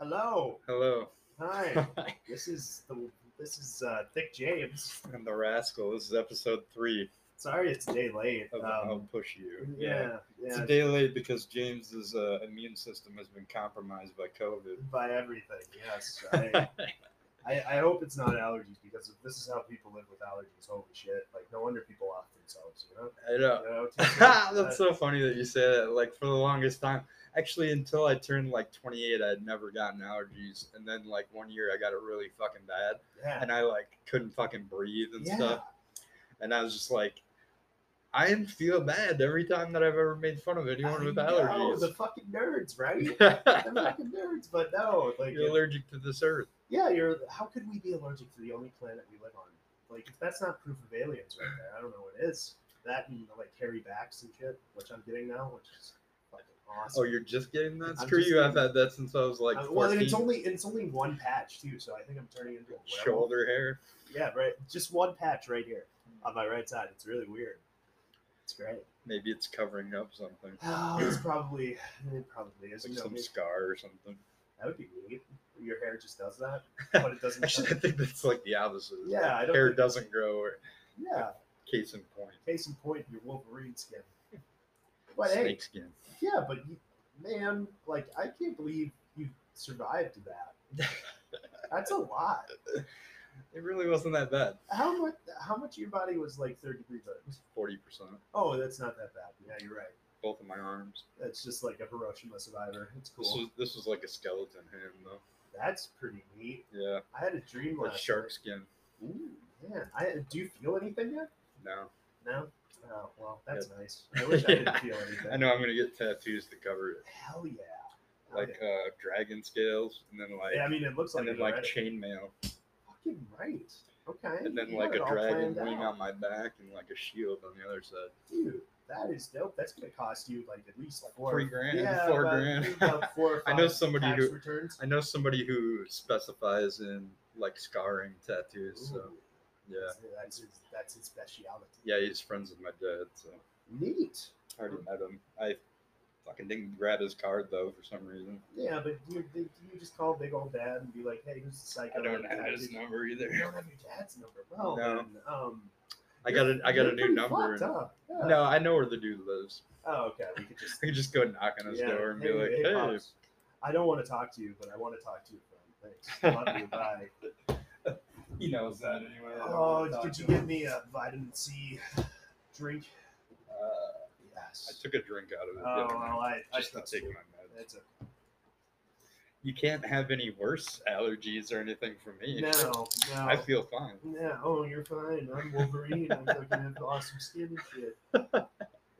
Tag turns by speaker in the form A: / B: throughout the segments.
A: Hello.
B: Hello.
A: Hi.
B: Hi.
A: this is the this is uh, Thick James.
B: I'm the rascal. This is episode three
A: Sorry, it's a day late.
B: of I'll
A: Um,
B: Push You.
A: yeah,
B: It's
A: yeah.
B: a day late because James's uh, immune system has been compromised by COVID.
A: By everything, yes. I, I I hope it's not allergies because if this is how people live with allergies, holy shit! Like no wonder people off themselves, you know.
B: I know.
A: You know, it's just like, uh,
B: That's so funny that you say that. Like for the longest time, actually, until I turned like 28, I had never gotten allergies, and then like one year I got it really fucking bad,
A: yeah.
B: and I like couldn't fucking breathe and
A: Yeah.
B: stuff. and I was just like, I feel bad every time that I've ever made fun of anyone with
A: I know, the
B: allergies.
A: fucking nerds, right? the fucking nerds, but no, like
B: You're allergic to this earth.
A: Yeah, you're. How could we be allergic to the only planet we live on? Like, if that's not proof of aliens right there, I don't know what is. That and like hairy backs and shit, which I'm getting now, which is fucking awesome.
B: Oh, you're just getting that?
A: I'm
B: Screw
A: just
B: you. I've
A: getting-
B: had that since I was like
A: Uh,
B: 14.
A: well, and it's only and it's only one patch too, so I think I'm turning into a werewolf.
B: Shoulder hair.
A: Yeah, right. Just one patch right here on my right side. It's really weird. It's great.
B: Maybe it's covering up something.
A: Oh, it's probably it probably is.
B: Like
A: You know,
B: some
A: maybe-
B: scar or something.
A: that would be neat. Your hair just does that, but it doesn't.
B: Actually, I think that's like the opposite.
A: Yeah, I don't
B: Hair
A: think-
B: doesn't grow. Or,
A: yeah.
B: case in point.
A: Case in point, your Wolverine skin. But hey,
B: Snake skin.
A: Yeah, but you, man, like I can't believe you survived that. That's a lot.
B: It really wasn't that bad.
A: How much? How much of your body was like third degree burns?
B: 40%.
A: Oh, that's not that bad. Yeah, you're right.
B: Both of my arms.
A: That's just like a Hiroshima survivor. It's
B: This
A: cool.
B: was this was like a skeleton hand though.
A: That's pretty neat.
B: Yeah,
A: I had a dream
B: like
A: last
B: shark skin.
A: night. Ooh, man, I do you feel anything yet?
B: No,
A: No. Oh well, that's nice. I wish I didn't
B: Yeah.
A: feel anything.
B: I know I'm gonna get tattoos to cover it,
A: Hell yeah. Hell
B: like uh, dragon scales, and then like
A: yeah. yeah, I mean, it looks like
B: and then
A: it
B: like
A: already.
B: chainmail,
A: fucking right. Okay.
B: and then
A: you
B: like
A: got it
B: a
A: all
B: dragon
A: planned
B: wing
A: out.
B: on my back, and like a shield on the other side.
A: dude, that is dope. That's gonna cost you like at least like four
B: three grand,
A: Yeah,
B: four
A: about-
B: grand.
A: about four or
B: I
A: five
B: know somebody
A: tax
B: who-
A: returns.
B: I know somebody who specifies in like scarring tattoos, so
A: Ooh,
B: yeah,
A: that's his, that's his specialty.
B: yeah, he's friends with my dad, so
A: Neat.
B: I already met him. I fucking didn't grab his card though for some reason.
A: Yeah, but you you you just call big old dad and be like, hey, who's the psycho?
B: I don't
A: that
B: have his
A: did-
B: number
A: You
B: either.
A: don't have your dad's number. Well,
B: No.
A: then, um,
B: I got a I got a
A: you're pretty
B: new number.
A: fucked
B: and-
A: up. Yeah.
B: No, I know where the dude lives.
A: Oh, okay. We could just
B: I could just go knock on his
A: Yeah,
B: door and be
A: hey,
B: like,
A: hey,
B: "Hey,
A: Pops, I don't want to talk to you, but I want to talk to you. friend. Thanks. Love you. Bye.
B: He knows that anyway.
A: Oh, could you give me a vitamin C drink?
B: Uh, I
A: Yes.
B: took a drink out of it.
A: Oh,
B: didn't I?
A: well, I, I
B: just to
A: trust
B: take my
A: you.
B: meds.
A: That's a,
B: You can't have any worse allergies or anything from me.
A: no, no.
B: I feel fine.
A: no, oh, you're fine. I'm Wolverine. I'm fucking have awesome skin and shit.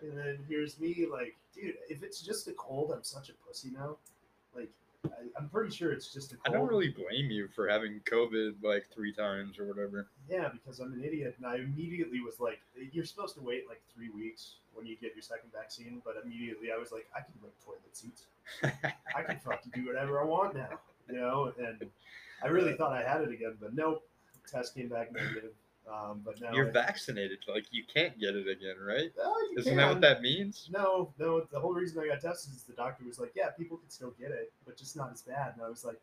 A: And then here's me, like, dude, if it's just a cold, I'm such a pussy now. Like, I, I'm pretty sure it's just a
B: I
A: cold.
B: don't really blame you for having COVID like three times or whatever.
A: Yeah, because I'm an idiot, and I immediately was like, "You're supposed to wait like three weeks when you get your second vaccine," but immediately I was like, "I can rip toilet seats. I can fucking do whatever I want now," you know. And I
B: Uh,
A: really thought I had it again, but nope. Test came back negative. Um, but now
B: You're
A: I-
B: vaccinated. Like you can't get it again, right?
A: Oh, you
B: Isn't that
A: can.
B: what that means?
A: No, no. The whole reason I got tested is the doctor was like, "Yeah, people can still get it, but just not as bad." And I was like,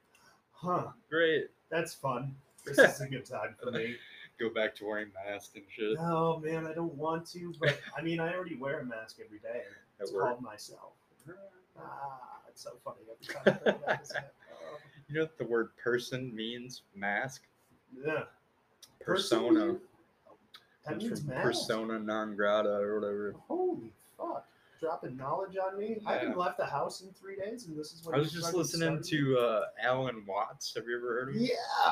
A: "Huh,
B: Great.
A: that's fun. This is a good time for me."
B: Go back to wearing masks and shit
A: No, man, I don't want to, but I mean, I already wear a mask every day.
B: at
A: It's
B: work.
A: called myself. Ah, it's so funny every time. I think about this. Oh,
B: You know what the word person means? Mask.
A: yeah.
B: Persona.
A: That
B: Comes
A: means
B: from
A: mask.
B: Persona non grata or whatever.
A: Holy fuck! Dropping knowledge on me. I haven't
B: Yeah.
A: left the house in three days, and this is what
B: I was just listening to uh, Alan Watts. Have you ever heard of him?
A: Yeah.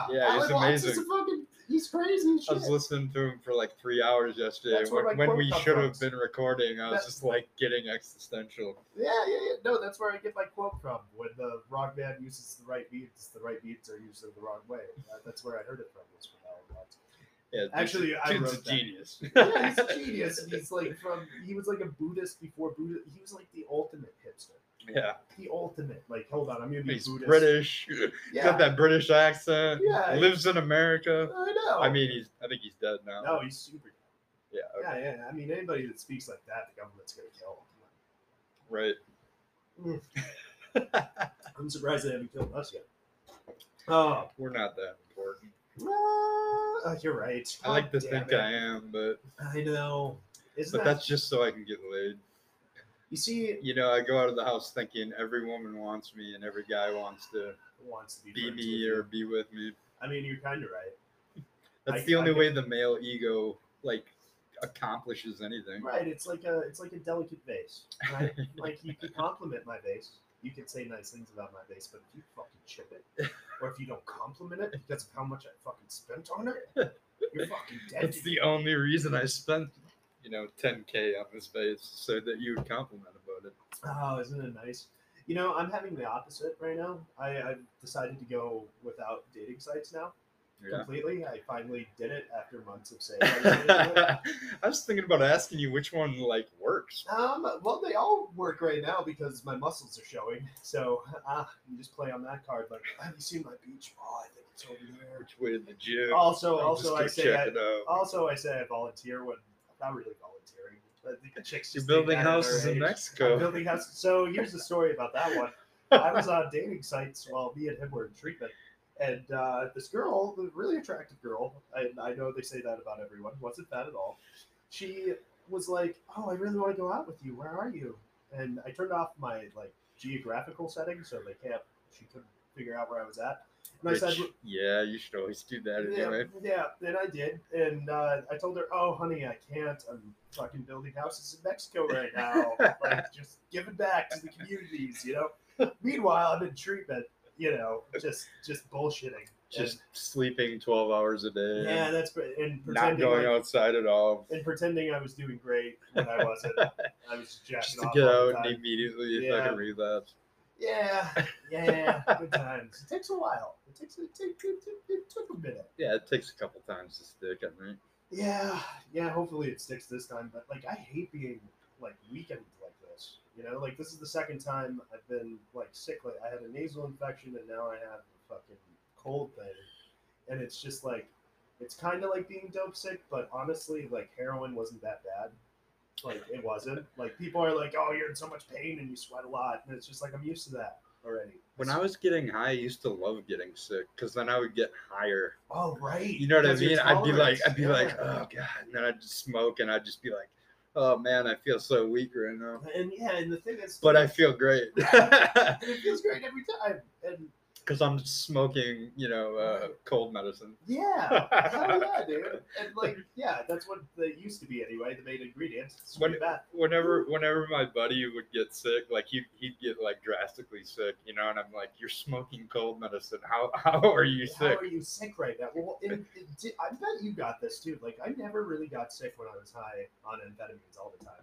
B: Yeah, he's
A: Alan Watts is a
B: amazing.
A: fucking- he's crazy as shit.
B: I was listening to him for like three hours yesterday.
A: That's where
B: When,
A: my
B: when
A: quote
B: we
A: comes
B: should
A: from.
B: have been recording, I was
A: That-
B: just like getting existential.
A: Yeah, yeah, yeah. No, that's where I get my quote from. When the rock band uses the right beats, the right beats are used in the wrong way. That- That's where I heard it from. Was from Alan Watts.
B: Yeah, dude's-
A: Actually, I
B: dude's
A: wrote
B: a
A: that.
B: genius.
A: Yeah, he's a genius. and He's like from. He was like a Buddhist before Buddha. He was like the ultimate hipster.
B: yeah,
A: The ultimate. Like, hold on, I'm gonna be
B: he's
A: a Buddhist.
B: British. Got
A: Yeah,
B: that British accent.
A: Yeah. Oh.
B: lives in America.
A: I know.
B: I mean, he's. I think he's dead now.
A: no, he's super.
B: Yeah. okay,
A: Yeah, yeah. I mean, anybody that speaks like that, the government's gonna kill.
B: Right.
A: I'm surprised they haven't killed us yet. Oh,
B: We're not that important.
A: uh, you're right.
B: I like to
A: God
B: think
A: damn
B: I am, but
A: it. I know. Isn't
B: but
A: that-
B: that's just so I can get laid.
A: you see
B: You know, I go out of the house thinking every woman wants me and every guy wants to
A: wants to be,
B: be
A: friends with
B: me
A: you.
B: or be with me.
A: I mean, you're kind of right.
B: That's
A: I-
B: the
A: I
B: only
A: get-
B: way the male ego like accomplishes anything.
A: Right, it's like a it's like a delicate vase. Right? like you could compliment my vase. You could say nice things about my vase, but if you fucking chip it, or if you don't compliment it because of how much I fucking spent on it, you're fucking dead.
B: That's
A: to
B: the
A: me.
B: only reason I spent, you know, 10k on this face so that you would compliment about it.
A: Oh, isn't it nice? You know, I'm having the opposite right now. I, I've decided to go without dating sites now
B: Yeah.
A: completely. I finally did it after months of saying. I was gonna do it.
B: I was thinking about asking you which one like works.
A: Um, well, they all work right now because my muscles are showing. So uh, you just play on that card. Like, have you seen my beach ball? I think it's over there.
B: Which way to the gym?
A: Also,
B: I'll
A: also
B: just go
A: I say,
B: check
A: I,
B: it out.
A: also I say I volunteer when I'm not really volunteering. But the chicks
B: You're
A: just
B: building
A: think that at
B: houses
A: their
B: in
A: age. I'm
B: Mexico.
A: building houses. So here's the story about that one. I was on dating sites while me and him were in treatment. And uh, this girl, the really attractive girl, and I know they say that about everyone, wasn't that at all. She was like, "Oh, I really want to go out with you. Where are you?" And I turned off my like geographical setting so they can't. She couldn't figure out where I was at. And I said,
B: Which, yeah, you should always do that
A: yeah,
B: anyway.
A: yeah, and I did. And uh, I told her, oh, honey, I can't. I'm fucking building houses in Mexico right now. like, just giving back to the communities, you know? Meanwhile, I'm in treatment, you know, just just bullshitting.
B: Just sleeping 12 hours a day.
A: And-
B: and
A: yeah, that's pre- and
B: not
A: pretending
B: going
A: like-
B: outside at all.
A: and pretending I was doing great when I wasn't. I was just jacking
B: Just to
A: off
B: get
A: all the
B: out and
A: time.
B: immediately
A: Yeah.
B: fucking relapse.
A: Yeah, yeah, good times. It takes a while. It takes it, take, it, it, it took a minute.
B: Yeah, it takes a couple times to stick, I think.
A: Yeah, yeah. Hopefully it sticks this time. But like, I hate being like weakened like this. You know, like this is the second time I've been like sick. Like I had a nasal infection and now I have a fucking cold thing, and it's just like, it's kind of like being dope sick. But honestly, like heroin wasn't that bad. Like it wasn't. Like people are like, oh, you're in so much pain and you sweat a lot, and it's just like I'm used to that already.
B: When I was getting high, I used to love getting sick because then I would get higher.
A: oh right,
B: You know what I
A: because your
B: mean? I'd be like,
A: tolerance,
B: I'd be like,
A: yeah.
B: oh god, and then I'd just smoke and I'd just be like, oh man, I feel so weak right now,
A: and yeah, and the thing is,
B: but I feel great
A: and it feels great every time, and
B: because I'm smoking, you know, uh, cold medicine.
A: Yeah. Hell yeah, dude. And like, yeah, that's what they used to be anyway, the main ingredient. It's
B: When-
A: really bad.
B: whenever, whenever my buddy would get sick, like he he'd get like drastically sick, you know, and I'm like, you're smoking cold medicine. How how are you
A: How
B: sick?
A: are you sick right now? Well, and, and di- I bet you got this too. Like, I never really got sick when I was high on amphetamines all the time.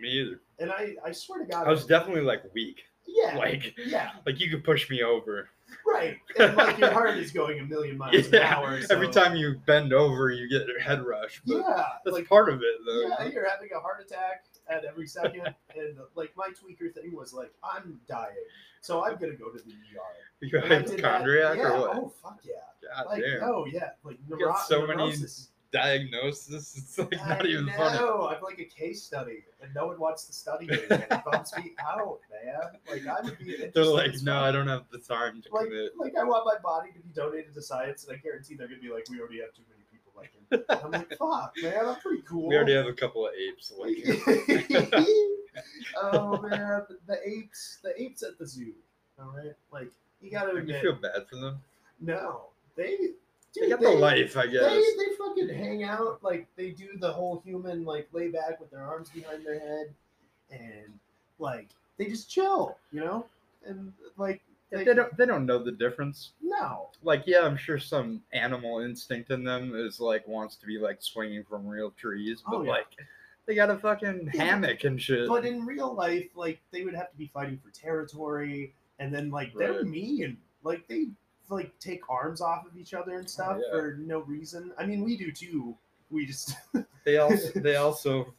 B: Me either.
A: And I, I swear to God,
B: I was definitely like weak.
A: yeah,
B: Like
A: yeah,
B: like you could push me over.
A: right. And like your heart is going a million miles an hour. So,
B: Every time you bend over, you get a head rush. But
A: yeah,
B: that's
A: like
B: part of it, though.
A: yeah, you're having a heart attack at every second. and like my tweaker thing was like, I'm dying, so I'm gonna go to the ER.
B: You
A: And I did that-
B: hypochondriac
A: yeah,
B: or what?
A: Oh fuck yeah!
B: God
A: Like
B: damn.
A: oh yeah, like
B: got
A: neuro-
B: so many-
A: neurosis.
B: Diagnosis? It's like not
A: I
B: even
A: know.
B: funny.
A: I'm like a case study, and no one wants to study me. And it bums me out, man. Like I would be.
B: They're
A: interested
B: like,
A: as
B: no,
A: fuck.
B: I don't have the time to
A: Like,
B: commit.
A: like I want my body to be donated to science, and I guarantee they're gonna be like, we already have too many people like him. And I'm like, fuck, man, I'm pretty cool.
B: We already have a couple of apes. Like,
A: oh man, the apes, the apes at the zoo. All right, like you gotta
B: you
A: admit,
B: feel bad for them.
A: no, they. Dude,
B: They got the life, I guess.
A: They, they fucking hang out like they do the whole human like lay back with their arms behind their head and like they just chill, you know? And like
B: If they don't. They don't know the difference.
A: no.
B: Like, yeah, I'm sure some animal instinct in them is like wants to be like swinging from real trees, but
A: Oh, yeah.
B: like, they got a fucking
A: Yeah.
B: hammock and shit.
A: But in real life, like they would have to be fighting for territory and then like they're
B: Right.
A: mean. Like they like take arms off of each other and stuff
B: yeah.
A: for no reason. I mean we do too. We just
B: They also they also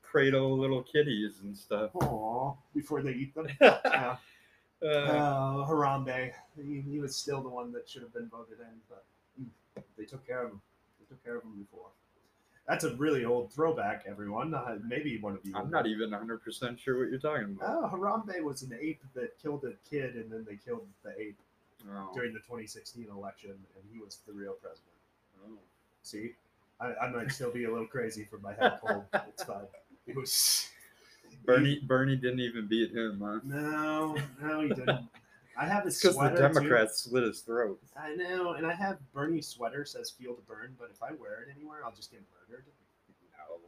B: cradle little kitties and stuff.
A: aw before they eat them. Yeah.
B: Uh,
A: Uh, Harambe. He, he was still the one that should have been voted in, but mm, they took care of him. They took care of him before. That's a really old throwback, everyone. Uh, maybe one of you.
B: I'm not even 100
A: Uh,
B: percent sure what you're talking about.
A: Oh, Harambe was an ape that killed a kid, and then they killed the ape,
B: Oh.
A: during the 2016 election, and he was the real president.
B: Oh.
A: See, I, I might still be a little crazy for my head cold. It's fine. It was
B: Bernie Bernie didn't even beat him, huh?
A: No, no, he didn't. I have his
B: It's because the
A: sweater. Democrat.
B: Democrats slit his throat.
A: I know, and I have Bernie's sweater says "Feel the burn," but if I wear it anywhere, I'll just get murdered.
B: No.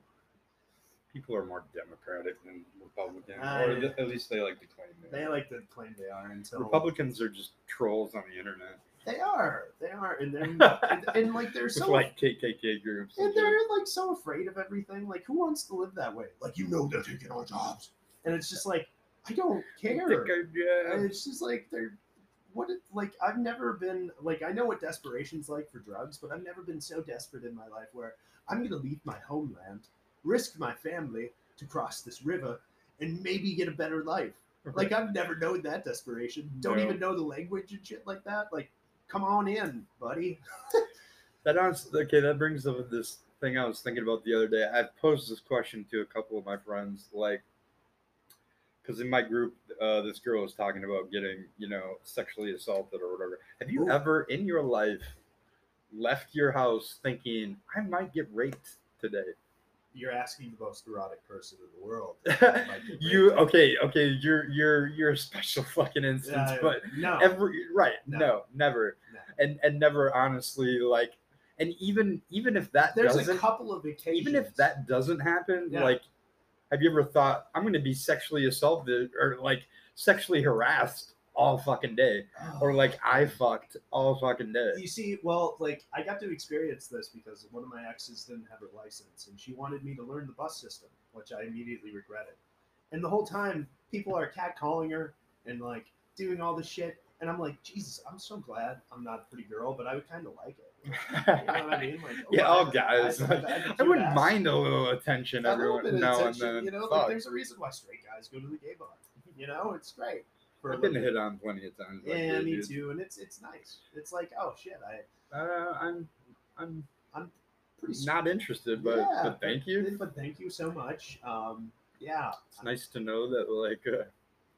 B: People are more Democratic than Republican,
A: I-
B: or th- at least they like to claim it.
A: They like to claim they are until
B: Republicans are just trolls on the internet.
A: They are. They are, and they're and, and, like they're
B: It's
A: so
B: like KKK groups. and
A: and they're like so afraid of everything. Like, who wants to live that way? Like, you know, they're taking our jobs, and it's just like I don't
B: shit.
A: care.
B: Think I-
A: And
B: yeah.
A: it's just like they're what it, like I've never been like I know what desperation's like for drugs, but I've never been so desperate in my life where I'm gonna leave my homeland, risk my family to cross this river, and maybe get a better life. Like I've never known that desperation. Don't
B: No.
A: even know the language and shit like that. Like, come on in, buddy.
B: That honestly, okay, that brings up this thing I was thinking about the other day. I've posed this question to a couple of my friends, like, because in my group, uh, this girl was talking about getting, you know, sexually assaulted or whatever. Have you
A: Ooh.
B: ever in your life left your house thinking, I might get raped today?
A: You're asking the most erotic person in the world.
B: you oh, okay? Okay, you're you're you're a special fucking instance,
A: Yeah,
B: but
A: no,
B: every right
A: No.
B: no, never
A: No.
B: and and never honestly like and even even if that
A: there's
B: doesn't
A: a couple of occasions.
B: even if that doesn't happen,
A: Yeah.
B: like, have you ever thought I'm going to be sexually assaulted or like sexually harassed all fucking day, or like I fucked all fucking day?
A: You see, well, like I got to experience this because one of my exes didn't have her license, and she wanted me to learn the bus system, which I immediately regretted. And the whole time, people are catcalling her and like doing all this shit, and I'm like, Jesus, I'm so glad I'm not a pretty girl, but I would kind of like it. You know what I mean? Like, oh,
B: yeah, all
A: I-
B: guys.
A: I-
B: like,
A: I- I-
B: I wouldn't
A: ass.
B: mind a little attention
A: A
B: every
A: little bit of
B: now
A: attention,
B: and then.
A: you know, like
B: Fuck,
A: there's a reason why straight guys go to the gay bar. You know, it's great. For
B: I've been
A: like-
B: hit on plenty of times. like
A: yeah,
B: that,
A: me
B: dude.
A: too, and it's it's nice. It's like, oh shit, I
B: Uh, I'm, I'm
A: pretty.
B: not interested, but,
A: Yeah,
B: but thank you.
A: But thank you so much. Um, yeah,
B: It's nice to know that like uh,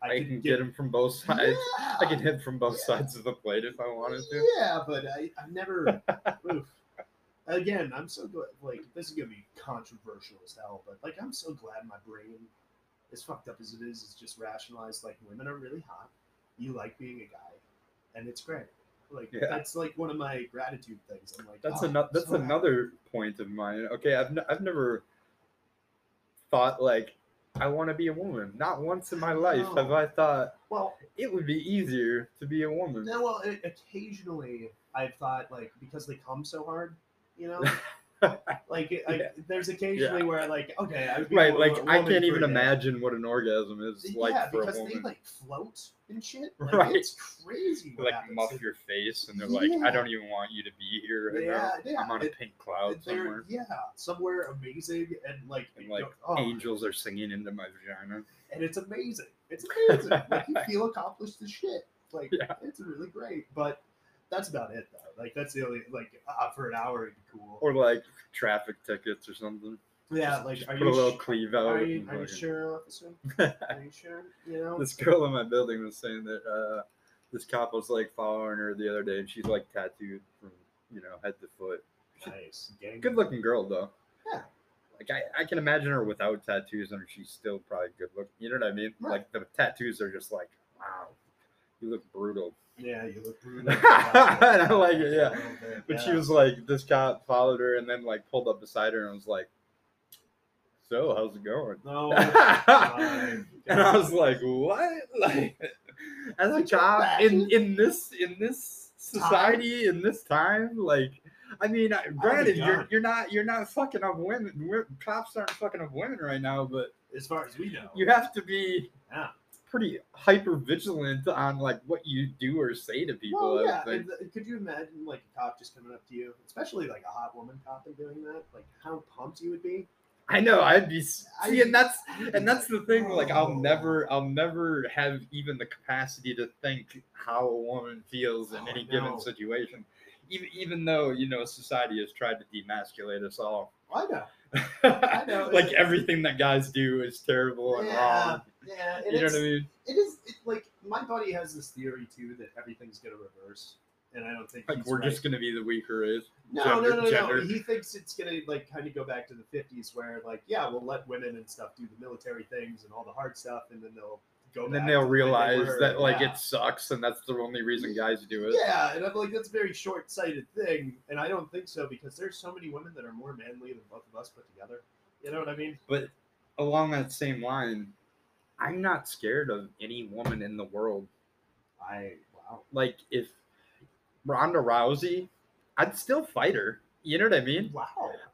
A: I,
B: I,
A: could
B: can get him from both sides.
A: Yeah.
B: I can hit from both
A: Yeah.
B: sides of the plate if I wanted to.
A: Yeah, but I, I've never. oof. Again, I'm so glad. Like, this is gonna be controversial as hell, but like, I'm so glad my brain, as fucked up as it is, is just rationalized. Like, women are really hot. You like being a guy, and it's great. Like,
B: Yeah.
A: that's like one of my gratitude things. I'm like,
B: That's
A: oh,
B: another. That's
A: so happy.
B: another point of mine. Okay, I've n- I've never thought like I want to be a woman. Not once in my life have
A: No.
B: I thought
A: Well,
B: it would be easier to be a woman.
A: no. Well, o- occasionally I've thought like because they come so hard, you know. Like, it- like
B: Yeah.
A: there's occasionally where like okay, I would be
B: right,
A: a-
B: like
A: a
B: I
A: woman
B: can't
A: for
B: even
A: a day.
B: imagine what an orgasm is like
A: yeah,
B: for a
A: because they
B: woman.
A: like float and shit. Like,
B: Right.
A: It's crazy.
B: They,
A: What
B: like
A: happens.
B: muff
A: It-
B: your face, and they're like,
A: Yeah.
B: "I don't even want you to be here right
A: yeah,
B: now.
A: yeah.
B: I'm on a
A: it-
B: pink cloud
A: they're-
B: somewhere.
A: Yeah, somewhere amazing and like,
B: And, like,
A: oh,
B: Angels are singing into my vagina."
A: and it's amazing. It's amazing. like you feel accomplished as shit. Like
B: Yeah.
A: it's really great. But that's about it though. Like that's the only like uh, for an hour it'd be cool.
B: Or like traffic tickets or something.
A: yeah,
B: Just-
A: like
B: just
A: are
B: put a little
A: you sh-
B: cleave out.
A: are you
B: and
A: are you
B: fucking-
A: sure, officer? Are you sure? You know.
B: this girl in my building was saying that uh, this cop was like following her the other day, and she's like tattooed from you know head to foot.
A: Nice. Gang-
B: Good looking girl though.
A: Yeah.
B: Like I, I can imagine her without tattoos, and she's still probably good looking. You know what I mean?
A: Right.
B: Like the tattoos are just like, wow, you look brutal.
A: Yeah, you look brutal.
B: and I like it.
A: A
B: Yeah.
A: little bit,
B: But she
A: yeah.
B: was like, this cop followed her, and then like pulled up beside her, and was like, so how's it going?
A: No.
B: and I was
A: Oh God.
B: like, what? Like, as a
A: Could you
B: cop in
A: imagine?
B: in this in this society in this time, like, I mean, I- granted, you're
A: Oh God.
B: you're not you're not fucking up women. We're, cops aren't fucking up women right now, but
A: as far as we know.
B: you have to be
A: Yeah.
B: pretty hyper vigilant on like what you do or say to people.
A: well,
B: I
A: yeah.
B: would think.
A: and the- could you imagine like a cop just coming up to you, especially like a hot woman cop, and doing that? Like how pumped you would be.
B: I know. I'd be see,
A: I-
B: and that's and that's the thing like i'll
A: Oh.
B: never i'll never have even the capacity to think how a woman feels in
A: Oh, I
B: any
A: know.
B: given situation even, even though you know society has tried to demasculate us all
A: I know. know,
B: like
A: it's-
B: everything that guys do is terrible and
A: Yeah,
B: wrong
A: Yeah, and
B: you know
A: it's,
B: what i mean
A: it is it, like my buddy has this theory too that everything's gonna reverse, and I don't think
B: Like
A: he's
B: we're
A: right.
B: just gonna be the weaker is.
A: no,
B: gender-
A: no, no, no,
B: gender.
A: He thinks it's gonna like kind of go back to the '50s where like yeah, we'll let women and stuff do the military things and all the hard stuff, and then they'll go.
B: And then
A: back
B: they'll
A: to Oh, the way they
B: realize
A: were,
B: that like
A: yeah.
B: it sucks and that's the only reason guys do it.
A: Yeah, and I'm like, that's a very short-sighted thing, and I don't think so because there's so many women that are more manly than both of us put together. You know what I mean?
B: But along that same line, I'm not scared of any woman in the world.
A: I wow.
B: Like if Ronda Rousey, I'd still fight her. You know what I mean?
A: Wow.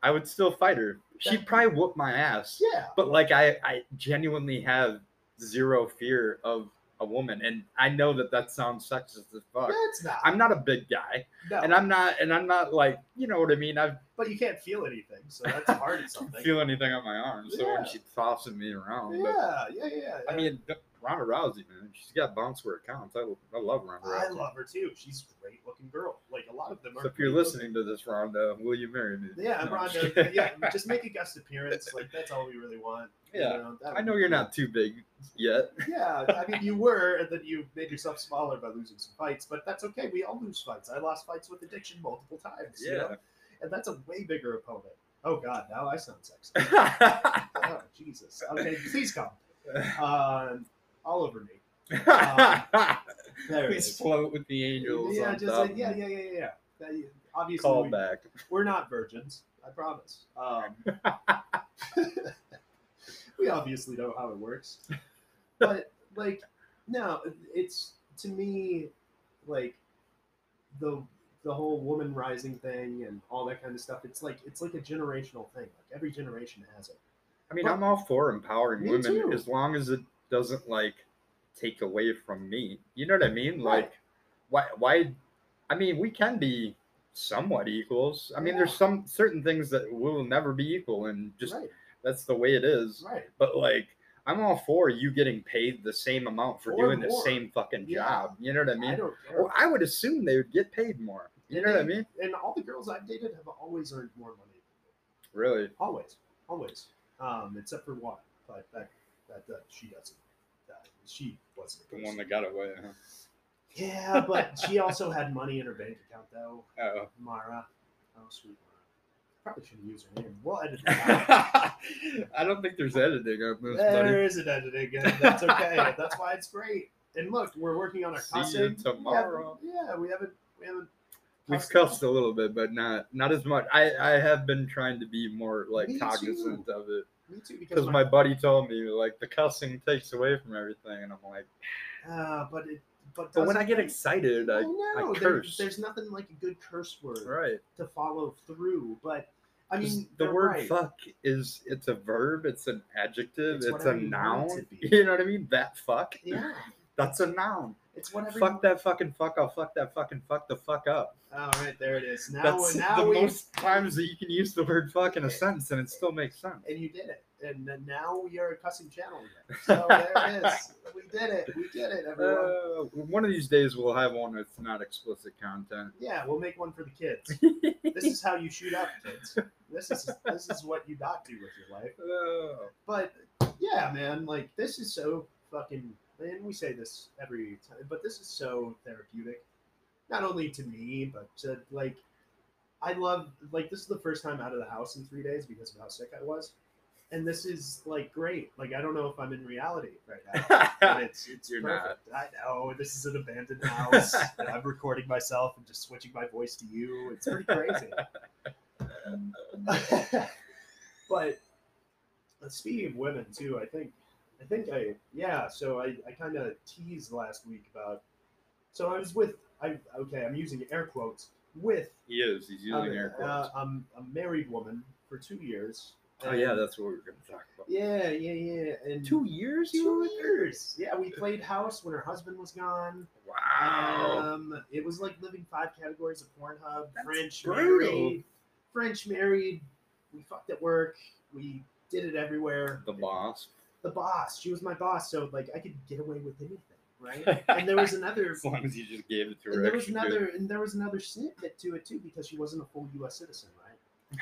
B: I would still fight her. She'd probably whoop my ass.
A: Yeah.
B: But like I, I genuinely have zero fear of a woman, and I know that that sounds sexist as fuck.
A: That's not.
B: I'm not a big guy,
A: no.
B: and I'm not, and I'm not like you know what I mean. I
A: but you can't feel anything, so that's hard at something.
B: don't feel anything on my arm, so
A: Yeah.
B: when she tosses me around, but-
A: yeah, yeah, yeah.
B: I mean, Ronda Rousey, man, she's got bounce where it counts. I, I love Ronda
A: I
B: Rousey.
A: love her too. She's a great looking girl. Like a lot of them are.
B: so if you're
A: great
B: listening to this, Ronda, will you marry me?
A: looking. Yeah,
B: No, I'm just
A: Rhonda.
B: kidding.
A: Yeah, just make a guest appearance. Like that's all we really want. you
B: Yeah,
A: know, that
B: I
A: would
B: know
A: be
B: you're
A: cool.
B: not too big yet.
A: Yeah, I mean you were, and then you made yourself smaller by losing some fights. But that's okay. We all lose fights. I lost fights with addiction multiple times. you know? and that's a way bigger opponent. Oh God, now I sound sexy. oh Jesus. Okay, please come. Um, all over me. There it
B: Please
A: is.
B: float with the angels.
A: Yeah,
B: on
A: just
B: top
A: like, yeah, yeah, yeah, yeah. That- obviously,
B: Call
A: we,
B: back.
A: we're not virgins. I promise. Um, we obviously know how it works, but like, no, it's to me like the the whole woman rising thing and all that kind of stuff. It's like it's like a generational thing. Like every generation has it.
B: I mean,
A: But-
B: I'm all for empowering
A: Me
B: women
A: too.
B: as long as it doesn't like take away from me. You know what I mean?
A: Right.
B: Like, why? Why? I mean, we can be somewhat equals. I mean, there's some certain things that will never be equal, and just
A: right,
B: that's the way it is.
A: right.
B: But like, I'm all for you getting paid the same amount for
A: Or
B: doing the
A: more.
B: same fucking
A: Yeah.
B: job. You know Mm-hmm. what I
A: I
B: mean?
A: don't care.
B: Or I would assume they would get paid more. You know what I mean?
A: and all the girls I've dated have always earned more money.
B: Really?
A: Always, always. Um, except for one, but that that, that she doesn't. That, she wasn't. a
B: The
A: person.
B: one that got away. Huh?
A: yeah, but she also had money in her bank account though.
B: Oh.
A: Mara, oh sweet Mara. Probably shouldn't use her name. We'll edit that out.
B: I don't think there's editing on this, buddy.
A: There is an editing, and that's okay. that's why it's great. And look, we're working on our
B: See you
A: costume
B: tomorrow.
A: We haven't- yeah, we haven't. We haven't.
B: We've cussed a little bit, but not not as much. I I have been trying to be more like
A: Me
B: cognizant of it
A: Me too, because
B: because my buddy told me like the cussing takes away from everything, and I'm like,
A: Uh, but it. But,
B: but when I
A: doesn't-
B: get excited,
A: I
B: I
A: know there-
B: curse.
A: there's nothing like a good curse word.
B: right.
A: to follow through. But I
B: 'Cause
A: mean,
B: the
A: they're
B: word
A: right.
B: "fuck" is it's a verb, it's an adjective,
A: It's
B: it's, a
A: whatever you want it
B: noun.
A: to be.
B: You know what I mean? That fuck,
A: Yeah,
B: that's a noun.
A: it's whatever.
B: Fuck that fucking fuck. I'll fuck that fucking fuck the fuck up.
A: You... All right, there it is. Now,
B: That's
A: now
B: the
A: we
B: most times that you can use the word fuck in a sentence and it still makes sense.
A: and you did it, and then now we are a cussing channel again. So there it is. We did it. We did it, everyone.
B: Uh, one of these days we'll have one that's not explicit content.
A: yeah, we'll make one for the kids. this is how you shoot up, kids. This is this is what you not do with your life.
B: Oh,
A: But yeah, man, like this is so fucking. And we say this every time, but this is so therapeutic, not only to me, but to like, I love like this is the first time out of the house in three days because of how sick I was, and this is like great. Like I don't know if I'm in reality right now. But it's it's
B: You're
A: perfect. I know this is an abandoned house. and I'm recording myself and just switching my voice to you. It's pretty crazy. but uh, speaking of women too, I think I think I yeah, so I, I kinda teased last week about so I was with I okay, I'm using air quotes with
B: he is. He's using
A: um,
B: air quotes.
A: uh, um, a married woman for two years.
B: oh yeah,
A: and-
B: that's what we were going to talk about.
A: yeah, yeah, yeah. And
B: years
A: two years. Yeah, we played house when her husband was gone.
B: Wow.
A: Um, it was like living five categories of Pornhub.
B: That's
A: French
B: brutal.
A: married. French married. We fucked at work. We did it everywhere.
B: the boss.
A: The boss. She was my boss, so like I could get away with anything, right? and there was another.
B: As long as you just gave it to her.
A: And there was
B: extra good.
A: another. And there was another snippet to it too, because she wasn't a full U.S. citizen, right?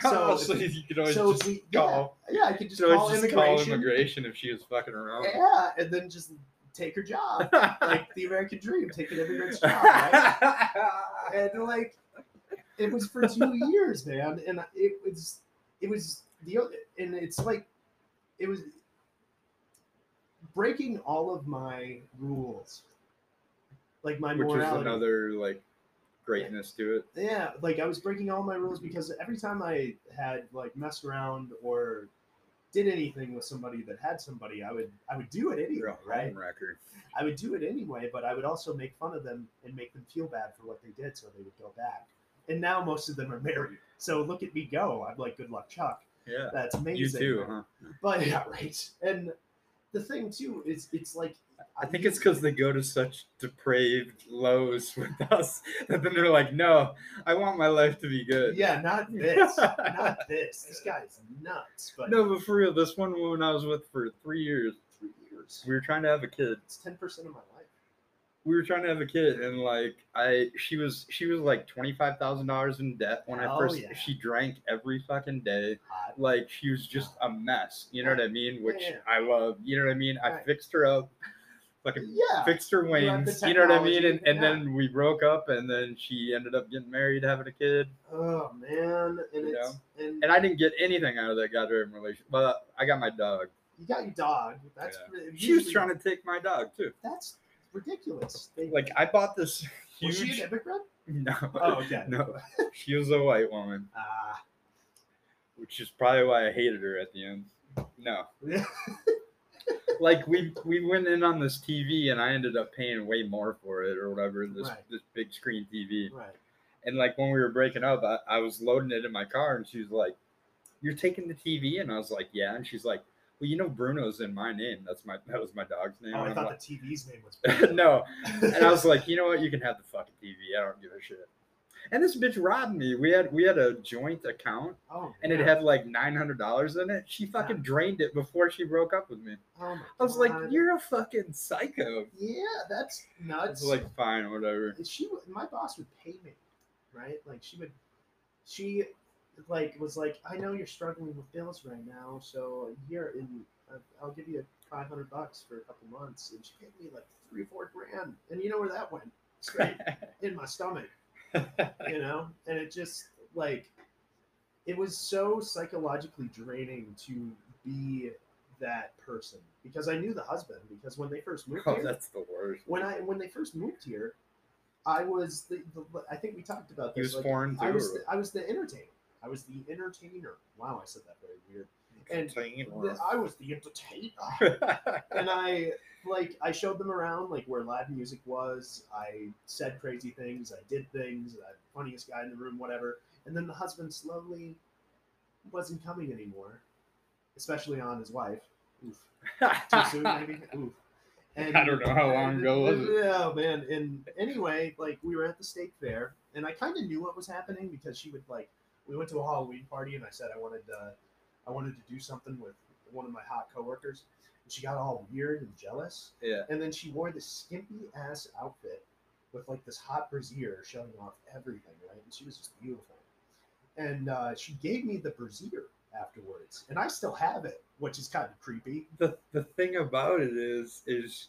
B: Oh,
A: so
B: so you could always
A: so
B: just
A: we, yeah,
B: call.
A: yeah, I could just
B: so
A: call
B: just
A: immigration.
B: call immigration if she was fucking around.
A: Yeah, and then just take her job. like the American dream, take an immigrant's job. Right? and like, it was for two years, man, and it was, it was the, and it's like, it was breaking all of my rules, like my
B: Which is
A: morality.
B: another like greatness to it.
A: Yeah, like I was breaking all my rules because every time I had like messed around or did anything with somebody that had somebody, I would I would do it
B: You're
A: anyway,
B: a
A: right?
B: home wrecker.
A: I would do it anyway, but I would also make fun of them and make them feel bad for what they did, so they would go back. And now most of them are married. So look at me go. I'm like, good luck, Chuck.
B: Yeah.
A: That's amazing.
B: You too, huh?
A: But yeah, right. And the thing too is, it's like
B: I think it's because they go to such depraved lows with us that then they're like, no, I want my life to be good.
A: yeah, not this, not this. This guy is nuts. But
B: No, but for real, this one woman I was with for three years,
A: three years.
B: we were trying to have a kid.
A: It's ten percent of my life.
B: We were trying to have a kid, and like I, she was, she was like twenty five thousand dollars in debt when I
A: Hell
B: first.
A: Oh, yeah.
B: She drank every fucking day.
A: Hot.
B: Like she was just a mess. You know what I mean? Which
A: Yeah.
B: I love. You know what I mean? I
A: Right.
B: fixed her up, fucking
A: Yeah.
B: fixed her
A: You have the
B: wings. You know what I mean?
A: technology,
B: And, and
A: yeah.
B: then we broke up, and then she ended up getting married, having a kid.
A: Oh man, and
B: You
A: it's and,
B: And I didn't get anything out of that goddamn relationship. But I got my dog.
A: you got your dog. That's
B: Yeah.
A: really-
B: She was
A: usually-
B: trying to take my dog too.
A: That's ridiculous. They,
B: Like I bought this
A: was she
B: huge.
A: an immigrant?
B: No,
A: Oh, okay.
B: no. She was a white woman,
A: Ah.
B: which is probably why I hated her at the end. No, like we we went in on this TV, and I ended up paying way more for it or whatever. This
A: Right.
B: this big screen TV,
A: right.
B: and like when we were breaking up, I, I was loading it in my car, and she was like, "You're taking the TV," and I was like, "Yeah," and she's like, "Well, you know, Bruno's in my name. That's my that was my dog's name."
A: Oh, I
B: And I'm
A: thought
B: like-
A: the TV's name was.
B: no, and I was like, you know what? You can have the fucking TV. I don't give a shit. And this bitch robbed me. We had we had a joint account,
A: oh,
B: and it
A: man.
B: had like nine hundred dollars in it. She fucking drained it before she broke up with me.
A: Oh, my
B: I was like,
A: God.
B: you're a fucking psycho.
A: Yeah, that's
B: I
A: nuts.
B: was like, fine, whatever.
A: she w- my boss would pay me right like she would she like was like i know you're struggling with bills right now so here in uh, i'll give you 500 bucks for a couple months and she paid me like three or four grand and you know where that went straight in my stomach you know and it just like it was so psychologically draining to be that person because i knew the husband because when they first moved
B: oh,
A: here
B: that's the worst.
A: when I when they first moved here, I was the, the I think we talked about
B: He
A: this.
B: was
A: like,
B: foreign too.
A: I
B: or
A: was the,
B: what?
A: I was the entertainer. I was the entertainer. Wow, I said that very weird. and
B: Something
A: The- I was the entertainer
B: wrong.
A: and I like I showed them around like where live music was. I said crazy things. I did things. I'm the funniest guy in the room, whatever. And then the husband slowly wasn't coming anymore, especially on his wife. Oof, too soon, maybe. Oof. And,
B: I don't know how long ago was it.
A: Oh man! And anyway, like we were at the state fair, and I kind of knew what was happening because she would like. We went to a Halloween party, and I said I wanted, uh, I wanted to do something with one of my hot coworkers, and she got all weird and jealous.
B: Yeah.
A: And then she wore this skimpy ass outfit with like this hot brassiere showing off everything, right? And she was just beautiful. And uh, she gave me the brassiere afterwards, and I still have it, which is kind of creepy.
B: the the thing about it is is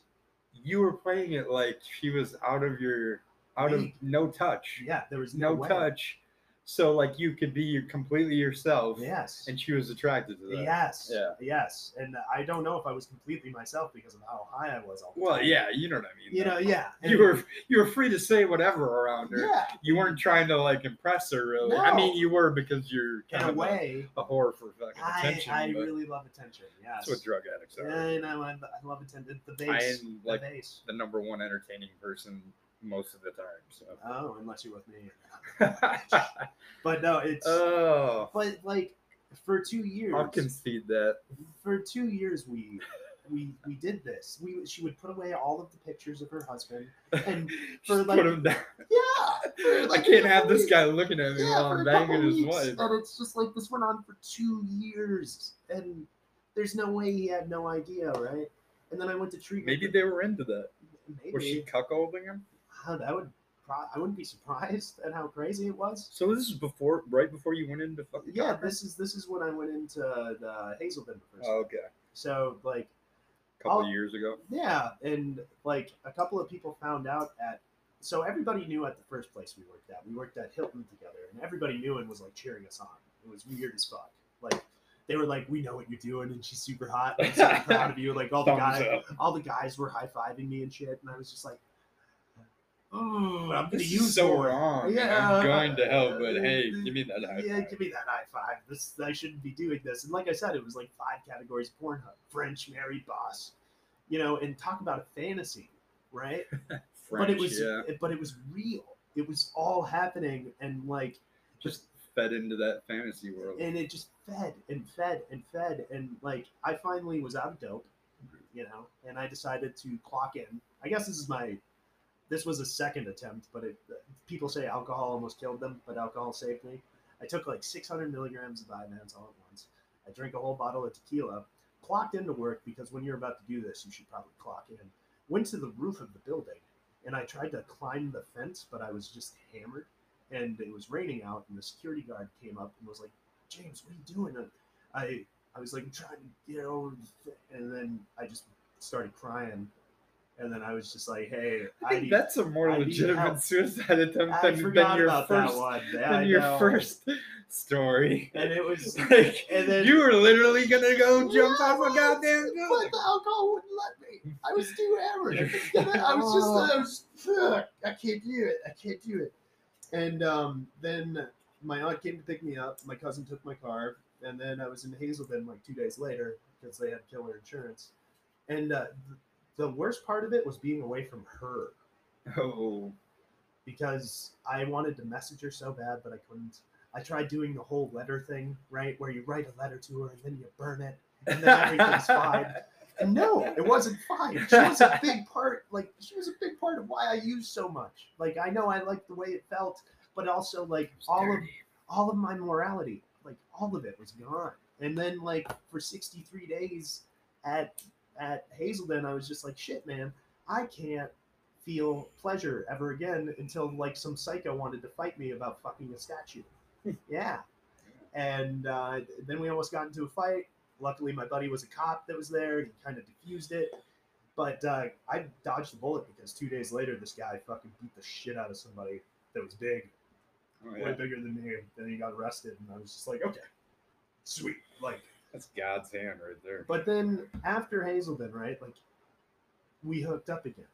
B: you were playing it like she was out of your out of
A: League.
B: no touch
A: Yeah, there was no,
B: no
A: way.
B: touch so like you could be your, completely yourself
A: Yes.
B: and she was attracted to that
A: Yes.
B: Yeah.
A: Yes. And I don't know if I was completely myself because of how high I was. All the
B: well
A: time.
B: yeah you know what i mean
A: You
B: though.
A: know. Yeah.
B: you were you were free to say whatever around her
A: Yeah.
B: you weren't trying to like impress her really i mean
A: No.
B: you were because you're
A: In
B: kind
A: a
B: of a,
A: way,
B: a whore for fucking
A: I,
B: attention
A: I
B: but
A: really love attention. Yes.
B: that's what drug addicts are
A: I know. I, I love attention. The
B: i
A: base.
B: am
A: The
B: like
A: base.
B: the number one entertaining person most of the time so
A: Oh, unless you're with me. But no, it's.
B: oh,
A: but like, for two years.
B: I'll concede that.
A: for two years we we we did this. We she would put away all of the pictures of her husband and
B: Just
A: like-
B: put him down.
A: yeah.
B: I can't have this guy looking at me while
A: for
B: I'm
A: a couple
B: banging his
A: weeks,
B: wife.
A: And it's just like this went on for two years, and there's no way he had no idea, right? And then I went to treatment.
B: Maybe they were into that.
A: maybe
B: Was she cuckolding him?
A: God, that would. pro- I wouldn't be surprised at how crazy it was.
B: So this is before, right before you went into fucking.
A: Yeah,
B: Cochran?
A: this is this is when I went into the Hazelden first.
B: Oh, okay.
A: So like
B: couple
A: I'll-
B: years ago.
A: Yeah, and like a couple of people found out at so everybody knew at the first place we worked at. We worked at Hilton together, and everybody knew and was like cheering us on. It was weird as fuck. Like they were like, "We know what you're doing, and she's super hot. and I'm super proud of you." Like all the
B: Thumbs
A: guys,
B: up.
A: all the guys were high fiving me and shit, and I was just like, "Oh, I'm gonna
B: This
A: use
B: is so
A: more."
B: wrong.
A: Yeah.
B: I'm going to hell, but hey, give me that high
A: Yeah,
B: five.
A: give me that high five. This I shouldn't be doing this. And like I said, it was like five categories: Pornhub, French, married, boss. You know, and talk about a fantasy, right? but it
B: French,
A: was,
B: yeah.
A: but it was real. It was all happening, and like,
B: Just fed into that fantasy world.
A: and it just fed and fed and fed, and like, I finally was out of dope, you know, and I decided to clock in. I guess this is my. This was a second attempt, but it, people say alcohol almost killed them, but alcohol saved me. I took like 600 milligrams of Vyvanse all at once. I drank a whole bottle of tequila, clocked into work because when you're about to do this, you should probably clock in. Went to the roof of the building and I tried to climb the fence, but I was just hammered and it was raining out. And the security guard came up and was like, James, what are you doing? And I, I was like, "I'm trying to get over. The thi-" And then I just started crying. And then I was just like, hey,
B: I think that's a more
A: I need help.
B: legitimate suicide attempt
A: I
B: than, than
A: forgot
B: your
A: about
B: first
A: that one. Yeah, I
B: than your
A: know.
B: first story.
A: And it was
B: Like,
A: and then
B: you were literally gonna go jump
A: Yeah,
B: off
A: I
B: a
A: was,
B: goddamn building.
A: But the alcohol wouldn't let me. I was too hammered. I was gonna- I was just, I was, "Fuck, I can't do it. I can't do it. And um, then my aunt came to pick me up. My cousin took my car, and then I was in Hazelden like two days later because they had killer insurance. And uh, th- the worst part of it was being away from her
B: Oh,
A: because I wanted to message her so bad, but I couldn't. I tried doing the whole letter thing, right, where you write a letter to her and then you burn it, and then everything's fine. And no, it wasn't fine. She was a big part. Like she was a big part of why I used so much. Like I know I liked the way it felt, but also like all of all of my morality, like all of it was gone. And then like for 63 days at at Hazelden, I was just like, shit, man, I can't feel pleasure ever again until like some psycho wanted to fight me about fucking a statue. yeah. And uh, then we almost got into a fight. Luckily, my buddy was a cop that was there. He kind of defused it. But uh, I dodged the bullet because two days later, this guy fucking beat the shit out of somebody that was big
B: Oh,
A: way
B: yeah.
A: bigger than me. and Then he got arrested, and I was just like, okay, sweet. Like,
B: That's God's hand right there.
A: but then after Hazelden, right? Like, we hooked up again,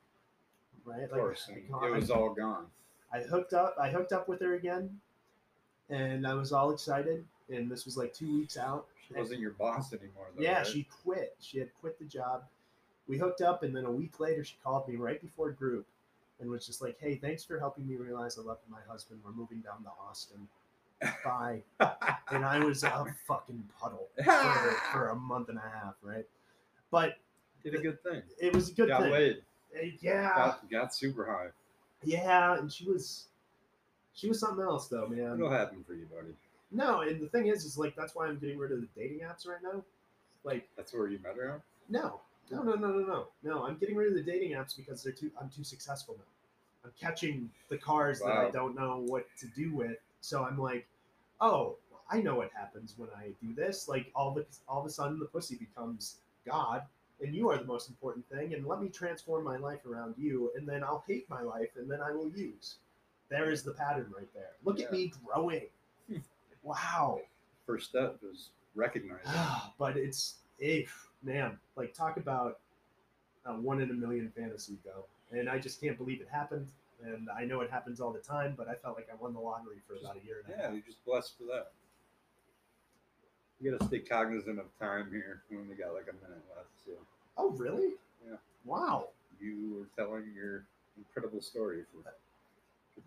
A: right?
B: Of
A: Like,
B: course,
A: I,
B: and
A: got-
B: it was all gone.
A: I hooked up. I hooked up with her again, and I was all excited. And this was like two weeks out.
B: She wasn't your boss anymore. Though,
A: Yeah,
B: right?
A: she quit. She had quit the job. We hooked up, and then a week later, she called me right before group and was just like, "Hey, thanks for helping me realize I love my husband. We're moving down to Austin. Bye." and I was a fucking puddle for, for a month and a half, right? But
B: did a good thing.
A: it was a good
B: got
A: thing.
B: laid.
A: Uh, Yeah,
B: Got, got super high.
A: yeah, and she was, she was something else though, man.
B: It'll happen for you, buddy.
A: No, and the thing is, is like that's why I'm getting rid of the dating apps right now. Like,
B: That's where you met her. at?
A: No, no, no, no, no, no, no. I'm getting rid of the dating apps because they're too. I'm too successful now. I'm catching the cars that I
B: Wow.
A: don't know what to do with. So I'm like, oh, I know what happens when I do this. Like all the all of a sudden, the pussy becomes God, and you are the most important thing. And let me transform my life around you, and then I'll hate my life, and then I will use. There is the pattern right there. Look at
B: Yeah.
A: me growing. wow.
B: First step is recognizing.
A: but it's eh, man, like talk about a one in a million fantasy go, and I just can't believe it happened. And I know it happens all the time, but I felt like I won the lottery for about a year and a
B: Yeah,
A: half.
B: you're just blessed for that. You gotta stay cognizant of time here. We only got like a minute left, so
A: Oh, really?
B: Yeah.
A: Wow.
B: you were telling your incredible story for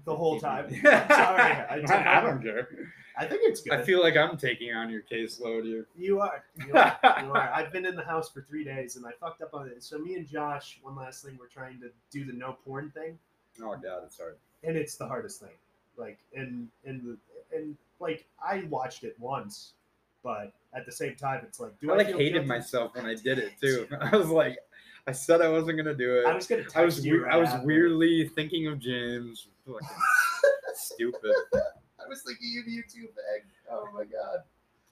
A: The whole
B: 15
A: time.
B: minutes.
A: I'm sorry, I took
B: I, I
A: over.
B: don't care.
A: I think it's good.
B: I feel like I'm taking on your caseload here.
A: you are. You are. you are. I've been in the house for three days, and I fucked up on it. So me and Josh, one last thing, we're trying to do the no porn thing.
B: oh god, it's hard.
A: and it's the hardest thing like and and and like i watched it once but at the same time it's like do
B: I
A: i,
B: like
A: feel
B: hated
A: guilty?
B: myself when I did it too. I was like, I said I wasn't gonna do it.
A: i was gonna text
B: I was,
A: you
B: we-
A: right
B: I was
A: after.
B: weirdly thinking of James. Fucking stupid.
A: i was thinking you youtube egg oh my god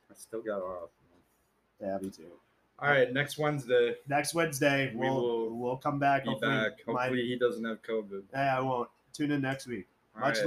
B: I still got off.
A: yeah me too
B: All right, next Wednesday.
A: Next Wednesday,
B: We
A: we'll,
B: will
A: we'll come back.
B: Be back. Hopefully, he doesn't have COVID.
A: my, hey, I won't. Tune in next week.
B: All
A: Much
B: right.